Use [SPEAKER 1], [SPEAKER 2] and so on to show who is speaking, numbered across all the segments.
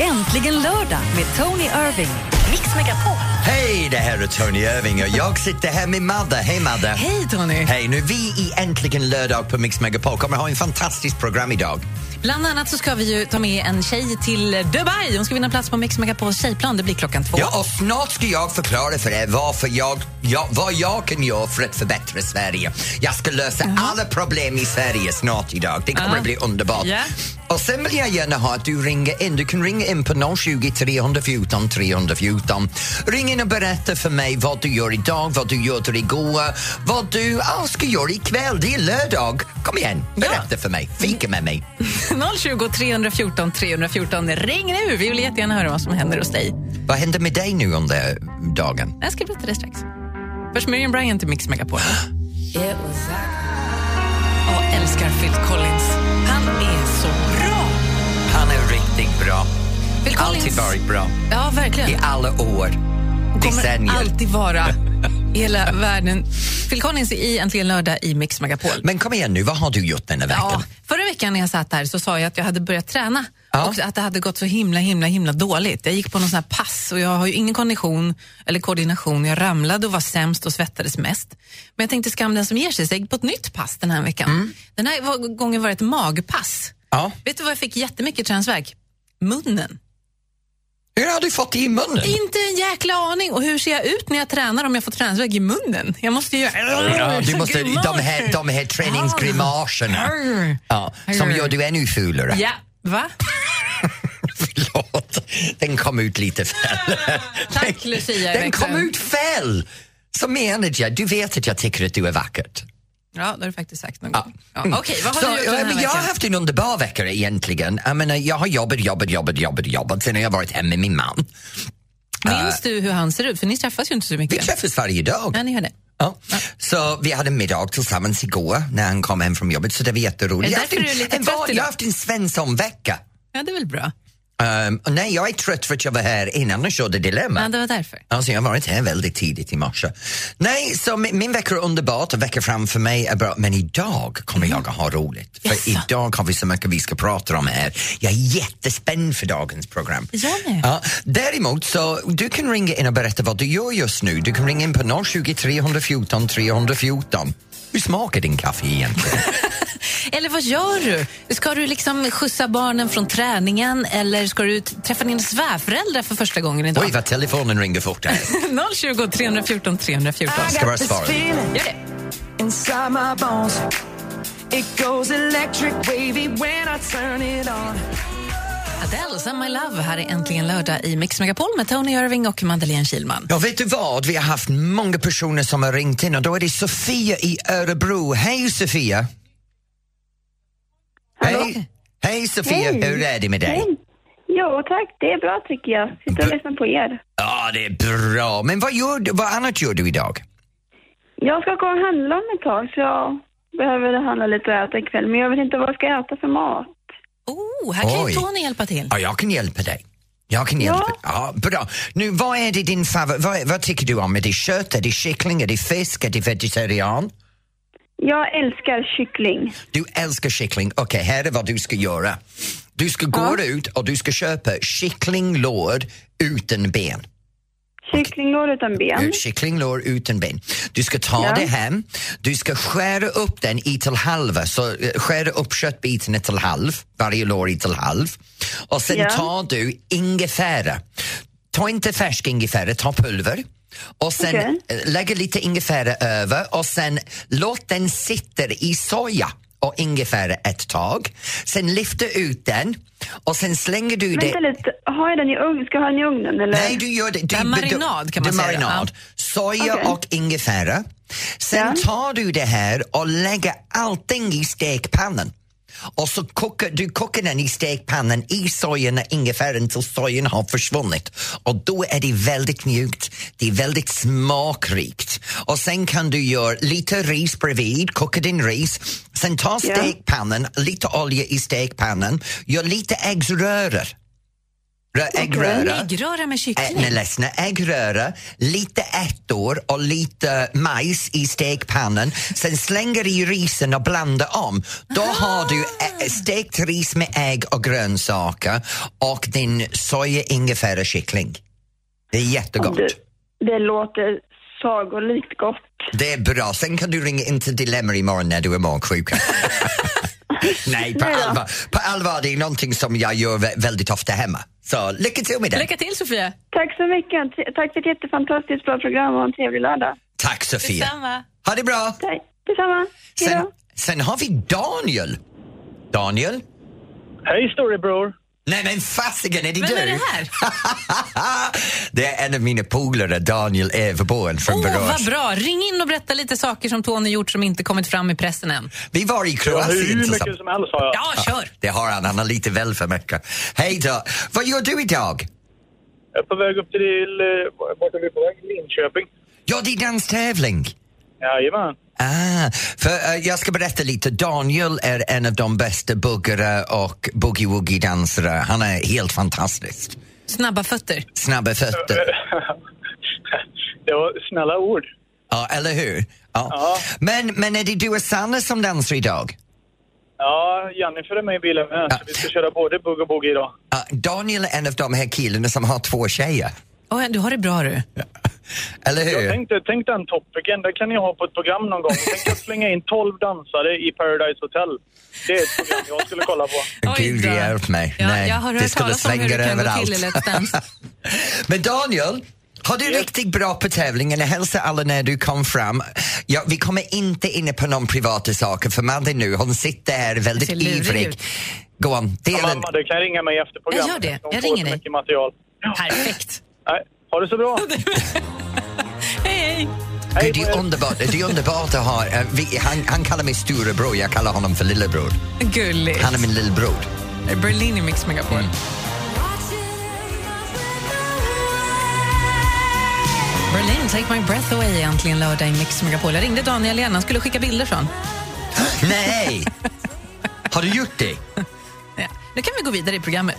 [SPEAKER 1] Äntligen lördag med Tony Irving. Mix Megapol.
[SPEAKER 2] Hej, det här är Tony Irving och jag sitter här med Madde. Hej Madde!
[SPEAKER 3] Hej Tony!
[SPEAKER 2] Hej, nu är vi i Äntligen lördag på Mix Megapol kommer ha en fantastiskt program idag.
[SPEAKER 3] Bland annat så ska vi ju ta med en tjej till Dubai. Hon ska vinna plats på Mix Megapols tjejplan. Det blir klockan två.
[SPEAKER 2] Ja, och snart ska jag förklara för er varför jag, jag, vad jag kan göra för att förbättra Sverige. Jag ska lösa alla problem i Sverige snart idag. Det kommer
[SPEAKER 3] Ja.
[SPEAKER 2] att bli underbart.
[SPEAKER 3] Ja.
[SPEAKER 2] Och sen vill jag gärna ha att du ringer in. Du kan ringa in på 020 314 314. Ring in och berätta för mig vad du gör idag, vad du gjorde igår, vad du alls ska göra ikväll. Det är lördag. Kom igen, berätta för mig. Fika med mig.
[SPEAKER 3] 020 314 314. Ring nu! Vi vill jättegärna höra vad som händer hos dig.
[SPEAKER 2] Vad händer med dig nu under dagen?
[SPEAKER 3] Jag ska berätta det strax. Först Miriam Bryant till Mix Megapol. Och älskar Phil Collins. Han är så bra!
[SPEAKER 2] Han är riktigt bra.
[SPEAKER 3] Phil
[SPEAKER 2] Alltid
[SPEAKER 3] Collins.
[SPEAKER 2] varit bra.
[SPEAKER 3] Ja, verkligen.
[SPEAKER 2] I alla år.
[SPEAKER 3] kommer
[SPEAKER 2] Decennier.
[SPEAKER 3] alltid vara i hela världen. Phil Collins är i Äntligen lördag i Mix Megapol.
[SPEAKER 2] Men kom igen nu, vad har du gjort den här veckan?
[SPEAKER 3] Ja, förra veckan när jag satt här så sa jag att jag hade börjat träna
[SPEAKER 2] Ja.
[SPEAKER 3] och att det hade gått så himla himla himla dåligt. Jag gick på någon sån här pass och jag har ju ingen kondition eller koordination. Jag ramlade och var sämst och svettades mest. Men jag tänkte skam den som ger sig. Så jag gick på ett nytt pass den här veckan. Den här var- gången var det ett magpass.
[SPEAKER 2] Ja.
[SPEAKER 3] Vet du vad jag fick jättemycket tränsvärk? Munnen.
[SPEAKER 2] Hur har du fått det i munnen?
[SPEAKER 3] Inte en jäkla aning. Och hur ser jag ut när jag tränar om jag får tränsvärk i munnen? Jag måste ju...
[SPEAKER 2] Ja, du
[SPEAKER 3] Så
[SPEAKER 2] måste,
[SPEAKER 3] grimas.
[SPEAKER 2] de, här, de här träningsgrimaserna
[SPEAKER 3] Arr.
[SPEAKER 2] ja, som gör du ännu fulare.
[SPEAKER 3] Ja, va?
[SPEAKER 2] Förlåt, den kom ut lite fel.
[SPEAKER 3] Tack Lucia i
[SPEAKER 2] Den kom
[SPEAKER 3] veckan.
[SPEAKER 2] ut fel! Som manager, du vet att jag tycker att du är vackert.
[SPEAKER 3] Ja, det har du faktiskt sagt någon gång. Ja. Okej, vad har
[SPEAKER 2] Mm. Så,
[SPEAKER 3] du gjort den
[SPEAKER 2] ja,
[SPEAKER 3] här
[SPEAKER 2] men Jag har
[SPEAKER 3] veckan?
[SPEAKER 2] haft en underbar vecka egentligen. Jag, menar, jag har jobbat, jobbat, jobbat, jobbat, jobbat. Sen har jag varit hemma med min man.
[SPEAKER 3] Minns du hur han ser ut? För ni träffas ju inte så
[SPEAKER 2] Vi
[SPEAKER 3] mycket.
[SPEAKER 2] träffas varje dag.
[SPEAKER 3] Ja, ni hör det.
[SPEAKER 2] Ja. Så vi hade en middag tillsammans igår när han kom hem från jobbet så det var jätteroligt.
[SPEAKER 3] Är det
[SPEAKER 2] Jag har haft
[SPEAKER 3] därför
[SPEAKER 2] en-
[SPEAKER 3] du är lite
[SPEAKER 2] en
[SPEAKER 3] trött
[SPEAKER 2] van- Jag
[SPEAKER 3] idag?
[SPEAKER 2] har haft en Svensson-vecka.
[SPEAKER 3] Ja, det är väl bra.
[SPEAKER 2] Ehm, och nej, jag är trött för att jag var här innan och körde Dilemma.
[SPEAKER 3] Ja, det var därför.
[SPEAKER 2] Alltså jag har varit här väldigt tidigt i morse. Nej, så min, min vecka är underbart och veckan framför mig är bra. Men idag kommer jag att ha roligt. För
[SPEAKER 3] Mm. Jaså?
[SPEAKER 2] idag har vi så mycket vi ska prata om här. Jag är jättespänd för dagens program.
[SPEAKER 3] Jag med.
[SPEAKER 2] Ja, däremot så, du kan ringa in och berätta vad du gör just nu. Du kan ringa in på 020 314 314. Hur smakar din kaffe egentligen?
[SPEAKER 3] Eller vad gör du? Ska du liksom skjutsa barnen från träningen eller ska du t- träffa dina svärföräldrar för första gången idag?
[SPEAKER 2] Oj, vad telefonen ringer fort här.
[SPEAKER 3] 020 314 314.
[SPEAKER 2] Jag ska bara svara.
[SPEAKER 3] Gör det.
[SPEAKER 4] inside my bones. It goes electric wavy when I turn it on.
[SPEAKER 3] Adele, Send My Love. Här är äntligen lördag i Mix Megapol med Tony Irving och Madeleine Kilman.
[SPEAKER 2] Ja, vet du vad? Vi har haft många personer som har ringt in och då är det Sofia i Örebro. Hej Sofia! Hej! Hej Sofia,
[SPEAKER 5] Hej.
[SPEAKER 2] hur är det med dig?
[SPEAKER 5] Hej. Jo tack, det är bra tycker jag. Sitter och lyssnar på er.
[SPEAKER 2] Ja, det är bra. Men vad, gör du, vad annat gör du idag?
[SPEAKER 5] Jag ska gå och handla om ett tag så jag behöver handla lite och äta ikväll. Men jag vet inte vad jag ska äta för mat.
[SPEAKER 3] Oh, här kan
[SPEAKER 2] Oj.
[SPEAKER 3] ju Tony hjälpa till.
[SPEAKER 2] Ja, jag kan hjälpa dig. Jag kan hjälpa dig. Ja, bra. Nu, vad är det din favorit... Vad, vad tycker du om? Är det kött, är det kyckling, är det fisk, är det vegetarian?
[SPEAKER 5] Jag älskar kyckling.
[SPEAKER 2] Du älskar kyckling. Okej, här är vad du ska göra. Du ska gå ut och du ska köpa kycklinglår utan ben.
[SPEAKER 5] Kycklinglår utan ben.
[SPEAKER 2] Mm. Kycklinglår utan ben. Du ska ta
[SPEAKER 5] Ja.
[SPEAKER 2] det hem, du ska skära upp den i till halva, så eh, skära upp köttbitarna till halv, varje lår i till halv. Och sen
[SPEAKER 5] Ja.
[SPEAKER 2] tar du ingefära. Ta inte färsk ingefära, ta pulver. Och sen
[SPEAKER 5] Okej.
[SPEAKER 2] eh, lägger lite ingefära över och sen låt den sitta i soja och ingefära ett tag. Sen lyfter ut den och sen slänger du det
[SPEAKER 5] Vänta lite, har jag den i ugn? Ska jag ha den i ugnen eller?
[SPEAKER 2] Nej, du gör det. Du,
[SPEAKER 3] är
[SPEAKER 2] men du-
[SPEAKER 3] marinad, kan man
[SPEAKER 2] det är
[SPEAKER 3] säga.
[SPEAKER 2] Marinad.
[SPEAKER 3] Ja.
[SPEAKER 2] Soja
[SPEAKER 5] Okej.
[SPEAKER 2] och ingefära. Sen
[SPEAKER 5] Ja.
[SPEAKER 2] tar du det här och lägger allting i stekpannan. Och så kokar du kokar den i stekpannan i sojan och ingefäran tills sojan har försvunnit. Och då är det väldigt mjukt, det är väldigt smakrikt. Och sen kan du göra lite ris bredvid, koka din ris. Sen ta
[SPEAKER 5] Ja.
[SPEAKER 2] stekpannan, lite olja i stekpannan, gör lite äggsrörer Rö- äggröra.
[SPEAKER 3] Äggröra med
[SPEAKER 2] Ä-
[SPEAKER 3] kyckling.
[SPEAKER 2] nej, ledsna. Äggröra, lite ärtor och lite majs i stekpannan. Sen slänger du i risen och blandar om. Då har du ä- stekt ris med ägg och grönsaker och din soja, ingefära, kyckling. Det är jättegott.
[SPEAKER 5] Du, det låter sagolikt gott.
[SPEAKER 2] Det är bra. Sen kan du ringa in till Dilemma imorgon när du är magsjuk. Nej, på
[SPEAKER 5] Nej då.
[SPEAKER 2] allvar, på allvar, det är någonting som jag gör vä- väldigt ofta hemma. Så lycka till med det.
[SPEAKER 3] Lycka till Sofia.
[SPEAKER 5] Tack så mycket. T- Tack för ett jättefantastiskt bra program och en trevlig lördag.
[SPEAKER 2] Tack Sofia.
[SPEAKER 3] Detsamma.
[SPEAKER 2] Ha det bra.
[SPEAKER 5] Tack. Detsamma. Hej
[SPEAKER 2] Sen,
[SPEAKER 5] då.
[SPEAKER 2] sen har vi Daniel. Daniel?
[SPEAKER 6] Hej storebror!
[SPEAKER 2] Nej men fasiken, är det du?
[SPEAKER 3] Vem är det här?
[SPEAKER 2] Det är en av mina polare, Daniel Everborn från
[SPEAKER 3] Åh, vad
[SPEAKER 2] Borås.
[SPEAKER 3] bra. Ring in och berätta lite saker som Tony gjort som inte kommit fram i pressen än.
[SPEAKER 2] Vi var i
[SPEAKER 6] Jag har
[SPEAKER 2] Kroatien
[SPEAKER 6] hur mycket
[SPEAKER 2] tillsammans.
[SPEAKER 6] som helst har jag.
[SPEAKER 3] Ja, kör.
[SPEAKER 2] Det har han, han har lite väl för mycket. Hej då. Vad gör du idag?
[SPEAKER 6] Jag är på väg upp till, eh, vart är vi på väg? Linköping.
[SPEAKER 2] Ja, det är danstävling.
[SPEAKER 6] Jajamän.
[SPEAKER 2] Ah, för eh, jag ska berätta lite. Daniel är en av de bästa buggare och boogie-woogie-dansare. Han är helt fantastisk.
[SPEAKER 3] Snabba fötter.
[SPEAKER 2] Snabba fötter.
[SPEAKER 6] det var snälla ord.
[SPEAKER 2] Ja, eller hur? Ja.
[SPEAKER 6] Ja.
[SPEAKER 2] Men, men är det du och Sanne som dansar idag?
[SPEAKER 6] Ja, Jennifer är med i bilen med, så vi ska köra både bugg och boogie idag.
[SPEAKER 2] Ja, Ah, Daniel är en av de här killarna som har två tjejer.
[SPEAKER 3] Åh, du har det bra du.
[SPEAKER 2] Eller
[SPEAKER 6] Jag
[SPEAKER 2] hur?
[SPEAKER 6] tänkte, tänk den topicen, den kan ni ha på ett program någon gång. Tänk att slänga in 12 dansare i Paradise Hotel. Det är ett program jag skulle kolla på.
[SPEAKER 3] Oj
[SPEAKER 2] Gud
[SPEAKER 3] då.
[SPEAKER 2] hjälp mig.
[SPEAKER 3] Ja,
[SPEAKER 2] Nej,
[SPEAKER 3] jag har
[SPEAKER 2] det
[SPEAKER 3] hört
[SPEAKER 2] skulle
[SPEAKER 3] talas om hur
[SPEAKER 2] slänga
[SPEAKER 3] det kan gå
[SPEAKER 2] överallt.
[SPEAKER 3] till i Let's Dance.
[SPEAKER 2] Men Daniel, har du riktigt bra på tävlingen? Jag hälsar alla när du kom fram. Ja, vi kommer inte in på någon privata saker för Madde nu, hon sitter här väldigt
[SPEAKER 3] ser lurig
[SPEAKER 2] ivrig.
[SPEAKER 3] ut.
[SPEAKER 2] Gå on,
[SPEAKER 6] Ja,
[SPEAKER 2] dela.
[SPEAKER 6] mamma, du kan ringa mig efter programmet.
[SPEAKER 3] Jag gör det.
[SPEAKER 6] De
[SPEAKER 3] Jag
[SPEAKER 6] får
[SPEAKER 3] ringer
[SPEAKER 6] så
[SPEAKER 3] dig.
[SPEAKER 6] mycket material.
[SPEAKER 3] Perfekt.
[SPEAKER 6] Nej, ha det så bra.
[SPEAKER 3] Hej, hej.
[SPEAKER 6] Hej
[SPEAKER 2] Gud, det
[SPEAKER 6] på
[SPEAKER 2] är
[SPEAKER 6] er.
[SPEAKER 2] underbart, det är underbart att ha... eh, vi, han, han kallar mig storebror, jag kallar honom för lillebror.
[SPEAKER 3] Gulligt.
[SPEAKER 2] Han är min lillebror.
[SPEAKER 3] Berlin i Mix Megapol. Berlin, Take My Breath Away är äntligen lördag i Mix Megapol. Jag ringde Daniel igen, han skulle skicka bilder från.
[SPEAKER 2] Nej! Har du gjort det?
[SPEAKER 3] Ja. Nu kan vi gå vidare i programmet.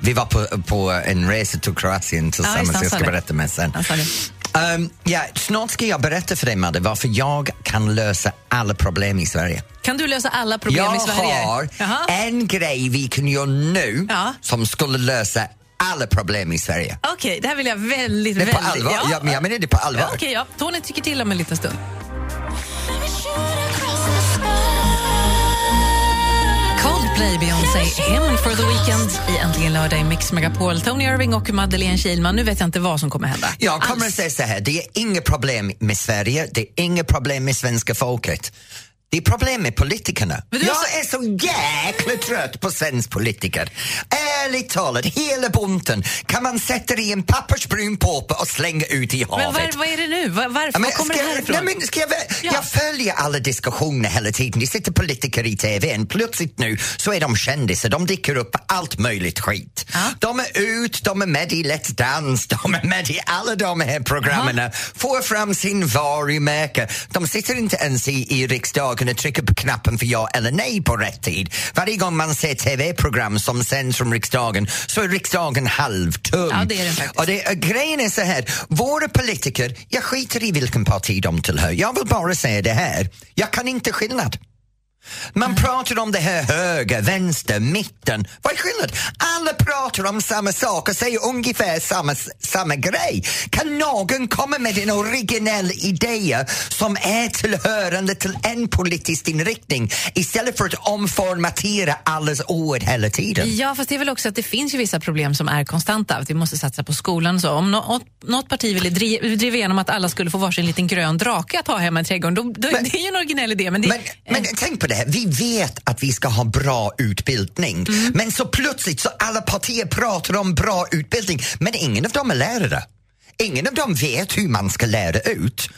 [SPEAKER 2] Vi var på, på en resa till Kroatien
[SPEAKER 3] Ja,
[SPEAKER 2] tillsammans,
[SPEAKER 3] just det,
[SPEAKER 2] jag
[SPEAKER 3] han
[SPEAKER 2] ska
[SPEAKER 3] sa det.
[SPEAKER 2] berätta mer sen.
[SPEAKER 3] Han sa det.
[SPEAKER 2] Ehm, ja, snart ska jag berätta för dig, Madde, varför jag kan lösa alla problem i Sverige.
[SPEAKER 3] Kan du lösa alla problem
[SPEAKER 2] jag
[SPEAKER 3] i Sverige?
[SPEAKER 2] har
[SPEAKER 3] Jaha.
[SPEAKER 2] en grej vi kan göra nu
[SPEAKER 3] Ja.
[SPEAKER 2] som skulle lösa alla problem i Sverige.
[SPEAKER 3] Okej, det här vill jag väldigt,
[SPEAKER 2] Det är
[SPEAKER 3] väldigt...
[SPEAKER 2] på allvar. Ja. men jag menar det är på allvar.
[SPEAKER 3] Ja, Okej, ja. Tony tycker till om en liten stund. Coldplay, Beyoncé, Him for the Weekend i Äntligen lördag i Mix Megapol. Tony Irving och Madeleine Kilman. Nu vet jag inte vad som kommer hända.
[SPEAKER 2] Jag kommer
[SPEAKER 3] Alls.
[SPEAKER 2] att säga så här, det är inga problem med Sverige, det är inga problem med svenska folket. Det är problem med politikerna.
[SPEAKER 3] Men du
[SPEAKER 2] jag
[SPEAKER 3] har så-
[SPEAKER 2] är så jäkla trött på svensk politiker. Ärligt talat, hela bunten kan man sätta i en pappersbrun påpe och slänga ut i havet.
[SPEAKER 3] Men var, vad är det nu? Var, varför?
[SPEAKER 2] Ja, men
[SPEAKER 3] var kommer
[SPEAKER 2] ska,
[SPEAKER 3] det här ifrån?
[SPEAKER 2] nej, men ska jag, vä-
[SPEAKER 3] Ja.
[SPEAKER 2] jag följer alla diskussioner hela tiden. Det sitter politiker i tvn. Plötsligt nu så är de kändisar. De dyker upp på allt möjligt skit. De är ut, de är med i Let's Dance, de är med i alla de här programmen. Får fram sin varumärke. De sitter inte ens i, i riksdagen och trycker på knappen för ja eller nej på rätt tid. Varje gång man ser tv-program som sänds från riksdagen så är riksdagen halvtum.
[SPEAKER 3] Ja, det är den faktiskt.
[SPEAKER 2] Och det, äh, grejen är så här, våra politiker, jag skiter i vilken parti de tillhör. Jag vill bara säga det här, jag kan inte skillnad. Man pratar om det här höger, vänster, mitten. Vad är skillnaden? Alla pratar om samma sak och säger ungefär samma, samma grej. Kan någon komma med en originell idé som är tillhörande till en politisk inriktning istället för att omformatera allas ord hela tiden?
[SPEAKER 3] Ja, fast det är väl också att det finns ju vissa problem som är konstanta. Att vi måste satsa på skolan och så. Om något, något parti ville driva, driva igenom att alla skulle få varsin liten grön drake att ha hemma i trädgården, då, då,
[SPEAKER 2] Men-
[SPEAKER 3] det är ju en originell idé. Men det, eh.
[SPEAKER 2] Men, men tänk på det här, vi vet att vi ska ha bra utbildning
[SPEAKER 3] Mm.
[SPEAKER 2] men så plötsligt så alla partier pratar om bra utbildning men ingen av dem är lärare. Ingen av dem vet hur man ska lära ut.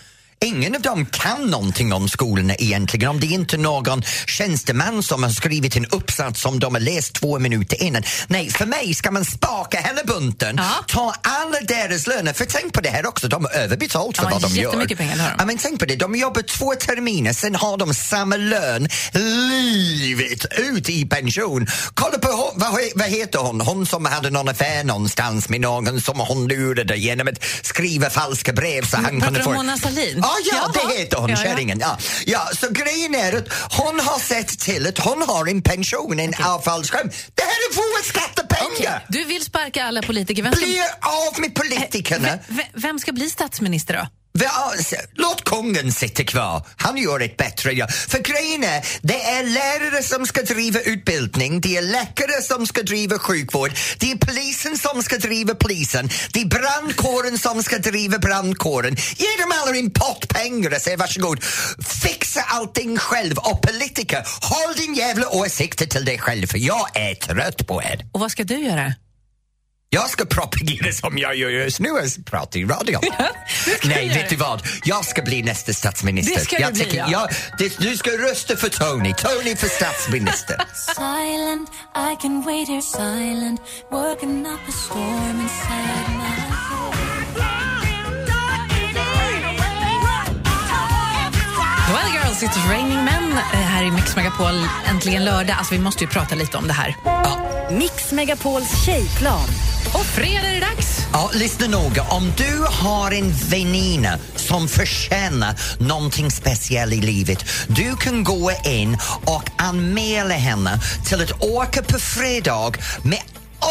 [SPEAKER 2] Ingen av dem kan någonting om skolorna egentligen. Om det inte är någon tjänsteman som har skrivit en uppsats som de har läst två minuter innan. Nej, för mig ska man spaka hela bunten,
[SPEAKER 3] Ja.
[SPEAKER 2] ta alla deras löner. För tänk på det här också, de har överbetalt för
[SPEAKER 3] Ja,
[SPEAKER 2] vad de gör.
[SPEAKER 3] jättemycket pengar, det har de.
[SPEAKER 2] Ja, men tänk på det, de jobbar två terminer, sen har de samma lön livet ut i pension. Kolla på hon, vad, he- vad heter hon? Hon som hade någon affär någonstans med någon som hon lurade genom att skriva falska brev så han
[SPEAKER 3] Mm, Pratar
[SPEAKER 2] kunde
[SPEAKER 3] du
[SPEAKER 2] få...
[SPEAKER 3] om Mona Sahlin?
[SPEAKER 2] Ja, ja,
[SPEAKER 3] Jaha.
[SPEAKER 2] det heter hon,
[SPEAKER 3] Ja, ja.
[SPEAKER 2] kärringen. Ja. Ja, så grejen är att hon har sett till att hon har en pension, en avfallsskärm. Det här är våra skattepengar!
[SPEAKER 3] Du vill sparka alla politiker. Vem ska,
[SPEAKER 2] Bli av med politikerna!
[SPEAKER 3] v- v- vem ska bli statsminister då?
[SPEAKER 2] Ja, s- Låt kungen sitta kvar. Han gör ett bättre jobb. För grejen är, det är lärare som ska driva utbildning, det är läkare som ska driva sjukvård, det är polisen som ska driva polisen, det är brandkåren som ska driva brandkåren. Ge dem alla en pott pengar och säg varsågod, fixa allting själv och politiker, håll din jävla åsikter till dig själv för jag är trött på er.
[SPEAKER 3] Och vad ska du göra?
[SPEAKER 2] Jag ska propagera som jag gör just nu och prata i radio. Nej,
[SPEAKER 3] jag
[SPEAKER 2] vet du vad? Jag ska bli nästa statsminister.
[SPEAKER 3] Det ska
[SPEAKER 2] jag
[SPEAKER 3] du bli, ja.
[SPEAKER 2] jag, det, du ska rösta för Tony. Tony för statsminister.
[SPEAKER 7] Silent, I can wait here silent, working up a storm inside my
[SPEAKER 3] Well girls, it's raining men eh, här i Mix Megapol. Äntligen lördag. Alltså, vi måste ju prata lite om det här.
[SPEAKER 1] Mix Megapols tjejplan.
[SPEAKER 3] Och fredag är det dags.
[SPEAKER 2] Ja, lyssna noga. Om du har en väninna som förtjänar någonting speciellt i livet, du kan gå in och anmäla henne till att åka på fredag med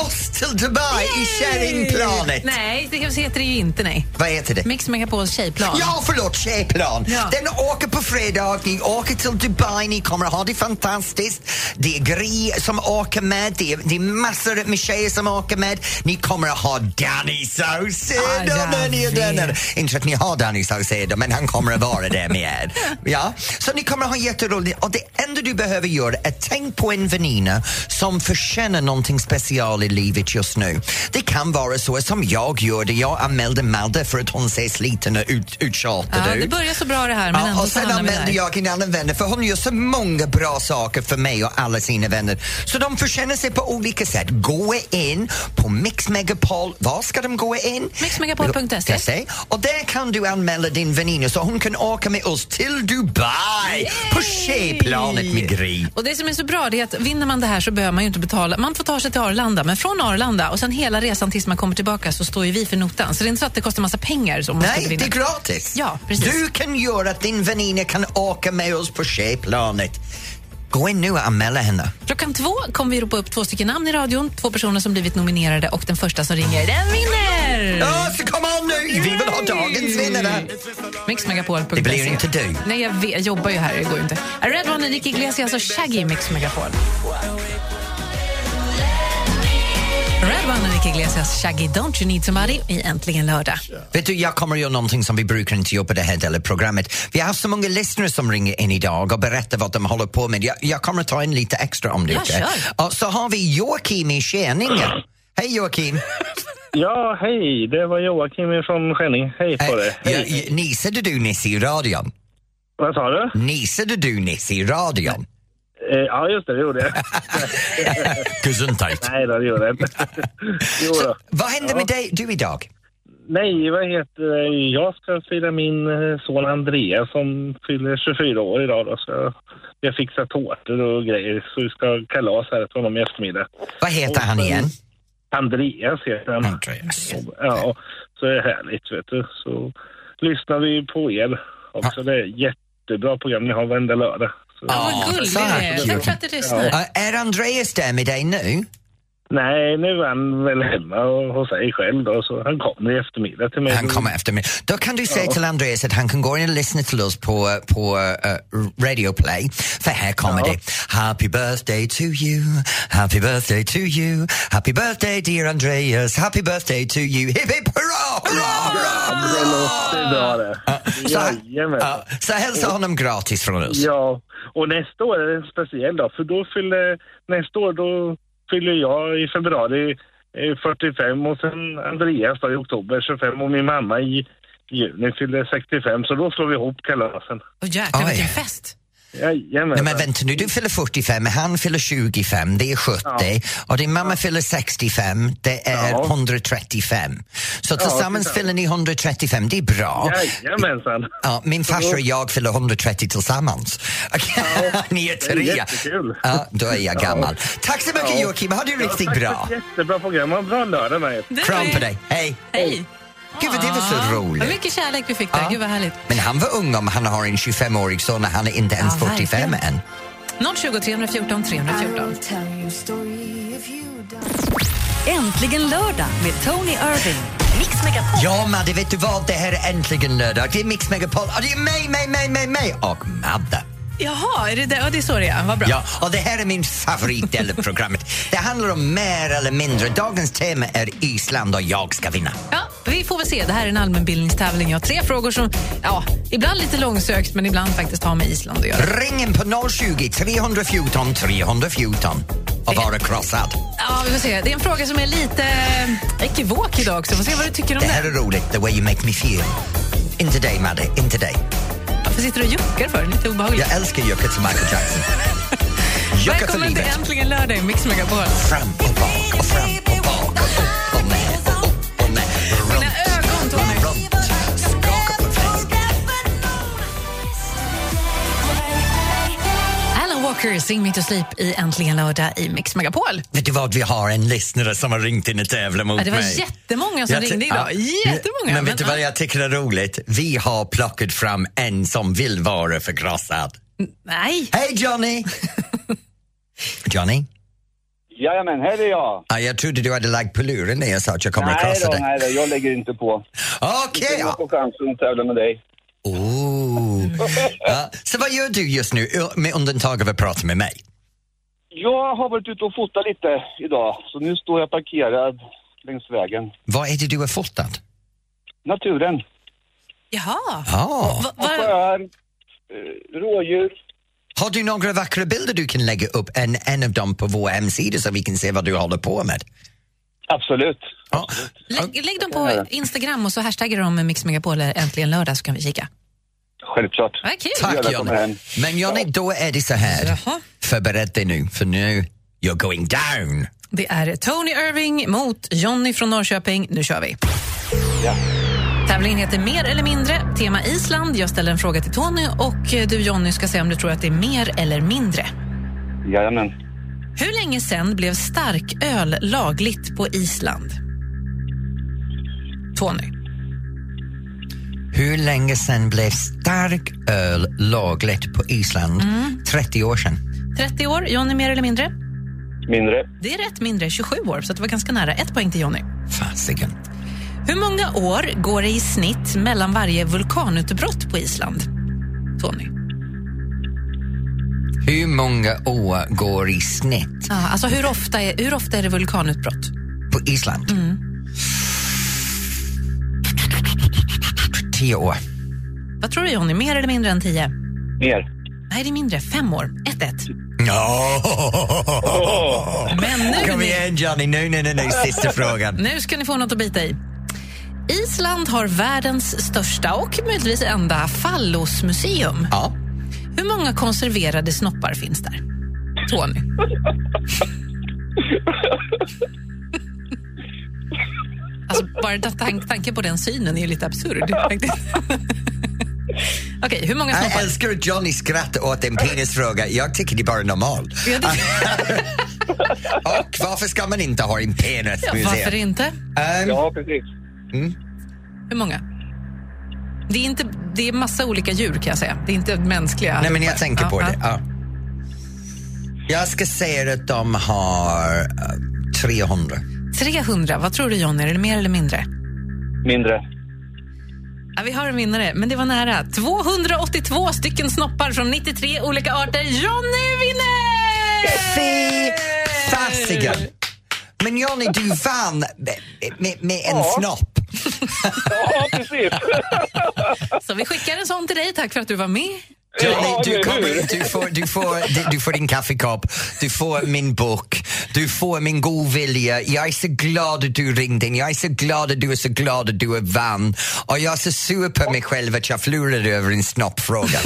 [SPEAKER 2] oss till Dubai i Kärringplanet.
[SPEAKER 3] Nej, det heter det ju inte. nej.
[SPEAKER 2] Vad heter det?
[SPEAKER 3] Mix Megapols tjejplan.
[SPEAKER 2] Ja, förlåt, tjejplan.
[SPEAKER 3] Ja.
[SPEAKER 2] Den åker på fredag, ni åker till Dubai, ni kommer att ha det fantastiskt. Det är Gry som åker med, det är, det är massor med tjejer som åker med. Ni kommer att ha Danny
[SPEAKER 3] Ah,
[SPEAKER 2] Saucedo
[SPEAKER 3] jag
[SPEAKER 2] när ni är där
[SPEAKER 3] vet.
[SPEAKER 2] nere. Inte att ni har Danny Saucedo, men han kommer att vara där med er. Ja? Så ni kommer att ha jätteroligt. Och det enda du behöver göra är tänk på en väninna som förtjänar någonting speciellt i livet just nu. Det kan vara så som jag gjorde. Jag anmälde Madde för att hon ser sliten och ut, uttjatad
[SPEAKER 3] Ja,
[SPEAKER 2] ut.
[SPEAKER 3] det börjar så bra det här, men
[SPEAKER 2] Ja,
[SPEAKER 3] ändå
[SPEAKER 2] och
[SPEAKER 3] så
[SPEAKER 2] sen
[SPEAKER 3] hamnar vi
[SPEAKER 2] använder
[SPEAKER 3] där.
[SPEAKER 2] jag en annan vän för hon gör så många bra saker för mig och alla sina vänner. Så de förtjänar sig på olika sätt. Gå in på Mix Megapol. Var ska de gå in?
[SPEAKER 3] Mixmegapol.se.
[SPEAKER 2] .se. Och där kan du anmäla din väninna så hon kan åka med oss till Dubai på tjejplanet med Gry.
[SPEAKER 3] Och det som är så bra det är att vinner man det här så behöver man ju inte betala. Man får ta sig till Arlanda, men från Arlanda och sen hela resan tills man kommer tillbaka så står ju vi för notan. Så det är inte så att det kostar massa pengar som man
[SPEAKER 2] Nej,
[SPEAKER 3] skulle vinna.
[SPEAKER 2] det är gratis.
[SPEAKER 3] Ja, precis.
[SPEAKER 2] Du kan göra att din väninna kan åka med oss på tjejplanet. Gå in nu och anmäla henne.
[SPEAKER 3] Klockan två kommer vi ropa upp två stycken namn i radion, två personer som blivit nominerade och den första som ringer, den vinner!
[SPEAKER 2] Ja, så kom on nu! Vi vill ha dagens vinnare.
[SPEAKER 3] Mixmegapol.se
[SPEAKER 2] Det blir inte du.
[SPEAKER 3] Nej, jag, vet, jag jobbar ju här, det går ju inte. Red One, Enrique Iglesias och Shaggy i Mix Megapol. Red One, Enrique Iglesias, Shaggy, Don't You Need Somebody i Äntligen Lördag.
[SPEAKER 2] Vet du, jag kommer att göra någonting som vi brukar inte göra på det här delen programmet. Vi har haft så många lyssnare som ringer in idag och berättar vad de håller på med. Jag, jag kommer att ta in lite extra om det.
[SPEAKER 3] Ja,
[SPEAKER 2] okej?
[SPEAKER 3] kör.
[SPEAKER 2] Och så har vi Joakim i Skänninge. Hej Joakim!
[SPEAKER 6] Ja, hej. Det var Joakim från Skänninge. Hej på dig.
[SPEAKER 2] Eh, ja, ja, Nisade du nyss i radion?
[SPEAKER 6] Vad sa du?
[SPEAKER 2] Nisade du nyss i radion?
[SPEAKER 6] Eh, Ja, just det. Det gjorde jag.
[SPEAKER 2] Gesundheit!
[SPEAKER 6] Nej, då, det gjorde jag inte. Jo då.
[SPEAKER 2] Vad hände med dig, du idag?
[SPEAKER 6] Nej, vad heter det? Jag ska fira min eh, son Andreas som fyller 24 år idag. Då, så jag- jag fixar tårtor och grejer, så vi ska ha kalas här för honom i eftermiddag.
[SPEAKER 2] Vad heter han igen?
[SPEAKER 6] Andreas heter han.
[SPEAKER 2] Mm. Andreas.
[SPEAKER 6] Ja, så är det härligt, vet du. Så lyssnar vi på er också. Det är jättebra program ni har varenda lördag. Så.
[SPEAKER 3] Ja,
[SPEAKER 2] Ja,
[SPEAKER 3] vad gullig du
[SPEAKER 2] tack,
[SPEAKER 3] är. Tack för att du lyssnar.
[SPEAKER 2] Eh, Är Andreas där med dig nu?
[SPEAKER 6] Nej, nu är han väl hemma och- hos sig själv då, så han kommer i eftermiddag till mig.
[SPEAKER 2] Han kommer efter mig. Då kan du säga till Andreas att han kan gå in och lyssna till oss på, på eh, Radio Play. För här kommer det. Happy birthday to you, happy birthday to you, happy birthday dear Andreas, happy birthday to you. Hipp hipp hurra, hurra, hurra,
[SPEAKER 6] Det
[SPEAKER 2] hurra.
[SPEAKER 6] låter bra det.
[SPEAKER 2] Så,
[SPEAKER 6] Jajamän.
[SPEAKER 2] ja, så hälsa honom gratis från oss.
[SPEAKER 6] Ja, och nästa år är det en speciell dag, för då fyller, nästa år då fyller jag i februari eh, 45 och sen Andreas då i oktober 25 och min mamma i, juni, fyller 65, så då slår vi ihop kalasen.
[SPEAKER 3] Åh jäklar
[SPEAKER 2] Oj.
[SPEAKER 3] vilken fest.
[SPEAKER 6] Jajamän.
[SPEAKER 2] Nej, men vänta nu, du fyller 45, han fyller 25, det är 70 och din mamma fyller 65, det är
[SPEAKER 6] Ja.
[SPEAKER 2] 135. Så tillsammans
[SPEAKER 6] titta.
[SPEAKER 2] fyller ni 135, det är bra.
[SPEAKER 6] Jajamensan.
[SPEAKER 2] Ja, min farsa och jag fyller 130 tillsammans. Ni är
[SPEAKER 6] Det är
[SPEAKER 2] tre.
[SPEAKER 6] jättekul.
[SPEAKER 2] Ja, då är jag gammal. Tack så mycket Joakim, ha det riktigt
[SPEAKER 6] tack för
[SPEAKER 2] bra.
[SPEAKER 6] ett jättebra program. Ha en bra lördag med er.
[SPEAKER 3] Det var
[SPEAKER 2] Kram
[SPEAKER 3] ju-
[SPEAKER 2] på dig, hej.
[SPEAKER 3] Hej.
[SPEAKER 2] Gud, vad det var så
[SPEAKER 3] Ja,
[SPEAKER 2] roligt.
[SPEAKER 3] Ah, Vad mycket kärlek vi fick där.
[SPEAKER 2] Ja.
[SPEAKER 3] Gud vad härligt.
[SPEAKER 2] Men han var ung om han har en 25-årig son och han är inte ens
[SPEAKER 3] Ja,
[SPEAKER 2] 45
[SPEAKER 3] verkligen.
[SPEAKER 2] än.
[SPEAKER 3] 020 314 314.
[SPEAKER 1] Äntligen lördag med Tony Irving. Mix Megapol.
[SPEAKER 2] Ja, Madde, vet du vad? Det här är äntligen lördag. Det är Mix Megapol och det är mig, mig, mig, mig, mig och Madde.
[SPEAKER 3] Jaha, är det, där? Ja, det är så det är. Vad bra.
[SPEAKER 2] Ja, och det här är min favoritdel av programmet. Det handlar om mer eller mindre. Dagens tema är Island och jag ska vinna.
[SPEAKER 3] Ja, vi får väl se. Det här är en allmänbildningstävling. Jag har tre frågor som ja, ibland lite långsökt men ibland faktiskt har med Island att göra.
[SPEAKER 2] Ring in på 020 314 314 och vara krossad.
[SPEAKER 3] Ja, vi får se. Det är en fråga som är lite eh, ekivok idag också. Vi får se vad du tycker om
[SPEAKER 2] Det
[SPEAKER 3] det.
[SPEAKER 2] här är roligt, the way you make me feel. Inte dig, Madde, inte dig.
[SPEAKER 3] Varför sitter du och juckar för? Lite obehagligt.
[SPEAKER 2] Jag älskar jucket som Michael Jackson. Jucket för
[SPEAKER 3] Välkommen till
[SPEAKER 2] livet.
[SPEAKER 3] Äntligen lördag i Mix Megapol.
[SPEAKER 2] Fram och bak och fram och bak och upp och med och upp och med. Runt,
[SPEAKER 3] Mina ögon, Tony.
[SPEAKER 2] runt. Skaka på fläsk.
[SPEAKER 3] Alan Walker, Sing Me To Sleep i Äntligen lördag i Mix Megapol.
[SPEAKER 2] Vet du vad, vi har en lyssnare som har ringt in och tävlat mot
[SPEAKER 3] Ja,
[SPEAKER 2] mig.
[SPEAKER 3] det var jättemånga som
[SPEAKER 2] Jag ty-
[SPEAKER 3] ringde idag.
[SPEAKER 2] Ja.
[SPEAKER 3] Jättemånga.
[SPEAKER 2] Men vet du vad jag tycker är roligt? Vi har plockat fram en som vill vara förkrossad.
[SPEAKER 3] Nej.
[SPEAKER 2] Hej Johnny! Johnny?
[SPEAKER 8] Jajamän, här är jag.
[SPEAKER 2] Ja, jag trodde du hade lagt på luren när jag sa att jag kommer att
[SPEAKER 8] Nej
[SPEAKER 2] krossa
[SPEAKER 8] då,
[SPEAKER 2] dig.
[SPEAKER 8] nej då, jag lägger inte på.
[SPEAKER 2] Okej!
[SPEAKER 8] Jag
[SPEAKER 2] ja.
[SPEAKER 8] får chansen att tävla med dig.
[SPEAKER 2] Oh. Ja, så vad gör du just nu, ö- med undantag av att prata med mig?
[SPEAKER 8] Jag har varit ute och fotat lite idag, så nu står jag parkerad längs vägen.
[SPEAKER 2] Vad är det du har fotat?
[SPEAKER 8] Naturen,
[SPEAKER 3] Jaha.
[SPEAKER 2] Ja.
[SPEAKER 3] Va, va,
[SPEAKER 8] sjöar, eh, rådjur.
[SPEAKER 2] Har du några vackra bilder du kan lägga upp, en, en av dem på vår hemsida så vi kan se vad du håller på med?
[SPEAKER 8] Absolut.
[SPEAKER 2] Ja.
[SPEAKER 3] lägg, lägg dem på Instagram och så hashtaggar de med Mix Megapol eller Äntligen lördag så kan vi kika.
[SPEAKER 8] Självklart.
[SPEAKER 3] Vad kul.
[SPEAKER 2] Tack
[SPEAKER 8] Gärna kommer
[SPEAKER 2] Johnny.
[SPEAKER 8] hem.
[SPEAKER 2] Men Johnny, då är det så här.
[SPEAKER 3] Jaha.
[SPEAKER 2] Förbered dig nu, för nu, you're going down.
[SPEAKER 3] Det är Tony Irving mot Jonny från Norrköping. Nu kör vi.
[SPEAKER 8] Ja.
[SPEAKER 3] Tävlingen heter Mer eller mindre, tema Island. Jag ställer en fråga till Tony och eh, du Jonny ska säga om du tror att det är mer eller mindre.
[SPEAKER 8] Jajamän.
[SPEAKER 3] Hur länge sen blev starköl lagligt på Island? Tony.
[SPEAKER 2] Hur länge sen blev stark öl lagligt på Island?
[SPEAKER 3] Mm.
[SPEAKER 2] 30 år sedan.
[SPEAKER 3] 30 år, Jonny mer eller mindre?
[SPEAKER 8] Mindre.
[SPEAKER 3] Det är rätt mindre, 27 år, så det var ganska nära. Ett poäng till Jonny.
[SPEAKER 2] Fasiken.
[SPEAKER 3] Hur många år går det i snitt mellan varje vulkanutbrott på Island? Tony.
[SPEAKER 2] Hur många år går i snitt
[SPEAKER 3] Ja, alltså hur ofta, är, hur ofta är det vulkanutbrott?
[SPEAKER 2] på Island?
[SPEAKER 3] Mm.
[SPEAKER 2] 10 år.
[SPEAKER 3] Vad tror du Jonny, mer eller mindre än 10?
[SPEAKER 8] Mer.
[SPEAKER 3] Nej, det är mindre. Fem år. 1-1.
[SPEAKER 2] No.
[SPEAKER 3] Men nu,
[SPEAKER 2] Kom
[SPEAKER 3] ni,
[SPEAKER 2] igen Johnny, nu, nu, nu, nu, sista frågan.
[SPEAKER 3] nu ska ni få något att bita i. Island har världens största och möjligtvis enda fallosmuseum.
[SPEAKER 2] Ja.
[SPEAKER 3] Hur många konserverade snoppar finns där? Tony. Alltså, bara tan- tanken på den synen är ju lite absurd. faktiskt. Okej, hur många
[SPEAKER 2] Jag
[SPEAKER 3] snoppar?
[SPEAKER 2] älskar att Johnny skrattar åt en penisfråga. Jag tycker det är bara normalt.
[SPEAKER 3] Ja, det-
[SPEAKER 2] Och varför ska man inte ha en
[SPEAKER 3] Ja, varför
[SPEAKER 2] penismuseum?
[SPEAKER 3] inte?
[SPEAKER 2] Ehm,
[SPEAKER 8] Ja, precis.
[SPEAKER 3] Hur många? Det är, inte, det är massa olika djur kan jag säga. Det är inte mänskliga.
[SPEAKER 2] nej, men jag tänker på
[SPEAKER 3] Ja,
[SPEAKER 2] det. Ja. Jag ska säga att de har eh, 300.
[SPEAKER 3] ja. 300, vad tror du Johnny? Är det mer eller mindre?
[SPEAKER 8] Mindre.
[SPEAKER 3] Ja, vi har en vinnare, men det var nära. 282 stycken snoppar från 93 olika arter. Johnny vinner!
[SPEAKER 2] Fy fasiken! Men Johnny, du vann med, med, med en snopp.
[SPEAKER 8] Ja, precis.
[SPEAKER 3] Så vi skickar en sån till dig. Tack för att du var med.
[SPEAKER 2] Johnny,
[SPEAKER 8] Ja,
[SPEAKER 2] du,
[SPEAKER 8] eller
[SPEAKER 2] kommer,
[SPEAKER 8] hur?
[SPEAKER 2] du, får, du, får, du får din kaffekopp, du får min bok, du får min god vilja. Jag är så glad att du ringde in, jag är så glad att du är så glad att du är vann. Och jag är så sur på mig själv att jag förlorade över en snoppfråga.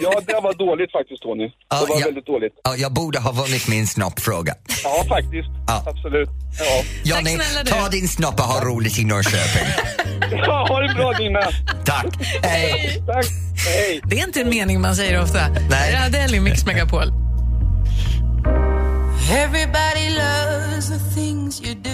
[SPEAKER 8] Ja, det var dåligt faktiskt, Tony.
[SPEAKER 2] Ja,
[SPEAKER 8] Det var
[SPEAKER 2] ja.
[SPEAKER 8] väldigt dåligt.
[SPEAKER 2] Ja, jag borde ha vunnit min snoppfråga.
[SPEAKER 8] Ja, faktiskt.
[SPEAKER 2] Ja.
[SPEAKER 8] Absolut. Ja.
[SPEAKER 2] Johnny,
[SPEAKER 3] snälla du.
[SPEAKER 2] ta din snopp och ha roligt i Norrköping.
[SPEAKER 8] ja, ha det bra, Nina.
[SPEAKER 2] Tack! Eh, Hej!
[SPEAKER 8] Tack. Hej.
[SPEAKER 3] Det är inte en mening man säger ofta.
[SPEAKER 2] Nej.
[SPEAKER 3] Nej. Adele i Mix Megapol.
[SPEAKER 7] Everybody loves the things you do.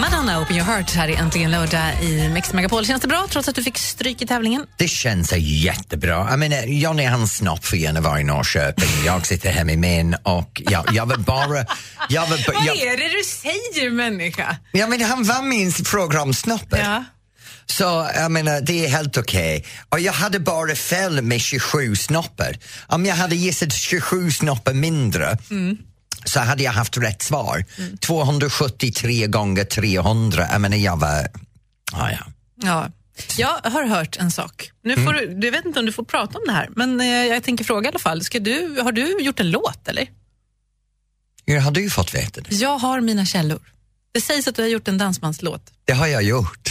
[SPEAKER 3] Madonna, Open Your Heart här är äntligen lördag i Mix Megapol. Känns det bra trots att du fick stryk i tävlingen?
[SPEAKER 2] Det känns jättebra. Jag menar, Johnny han snopp för gärna var i Norrköping. Jag sitter hemma i min och jag, jag var bara... Jag var, ba- jag,
[SPEAKER 3] det du säger, människa?
[SPEAKER 2] jag menar, han vann min fråga om snoppen.
[SPEAKER 3] Ja.
[SPEAKER 2] Så jag menar, det är helt okej. Och jag hade bara fel med 27 snoppar. Om jag hade gissat 27 snoppar mindre
[SPEAKER 3] Mm.
[SPEAKER 2] så hade jag haft rätt svar. 273 gånger 300, jag menar jag var... Ah, ja.
[SPEAKER 3] ja. Jag har hört en sak. Nu får du, du vet inte om du får prata om det här, men eh, jag tänker fråga i alla fall. Ska du, har du gjort en låt, eller?
[SPEAKER 2] Hur har du fått veta det?
[SPEAKER 3] Jag har mina källor. Det sägs att du har gjort en dansbandslåt.
[SPEAKER 2] Det har jag gjort.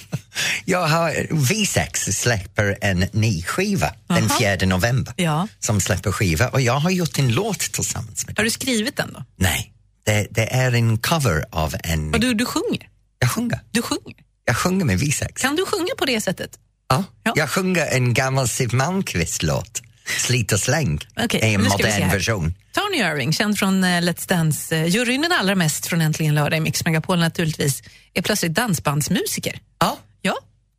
[SPEAKER 2] jag har, V6 släpper en ny skiva den
[SPEAKER 3] Aha.
[SPEAKER 2] 4 november.
[SPEAKER 3] Ja.
[SPEAKER 2] Som släpper skiva och jag har gjort en låt tillsammans med
[SPEAKER 3] Har du skrivit den då?
[SPEAKER 2] Nej, det, det är en cover av en...
[SPEAKER 3] Och du, du sjunger.
[SPEAKER 2] Jag sjunger.
[SPEAKER 3] Du sjunger.
[SPEAKER 2] Jag sjunger med V6.
[SPEAKER 3] Kan du sjunga på det sättet?
[SPEAKER 2] Ja.
[SPEAKER 3] Ja.
[SPEAKER 2] Jag sjunger en gammal Siw Malmkvist-låt, Slit och släng,
[SPEAKER 3] Okej,
[SPEAKER 2] i en
[SPEAKER 3] nu ska vi se
[SPEAKER 2] modern
[SPEAKER 3] här.
[SPEAKER 2] version.
[SPEAKER 3] Tony Irving, känd från eh, Let's Dance-juryn den allra mest från Äntligen lördag i Mix Megapol naturligtvis, är plötsligt dansbandsmusiker.
[SPEAKER 2] Ja.
[SPEAKER 3] Ja,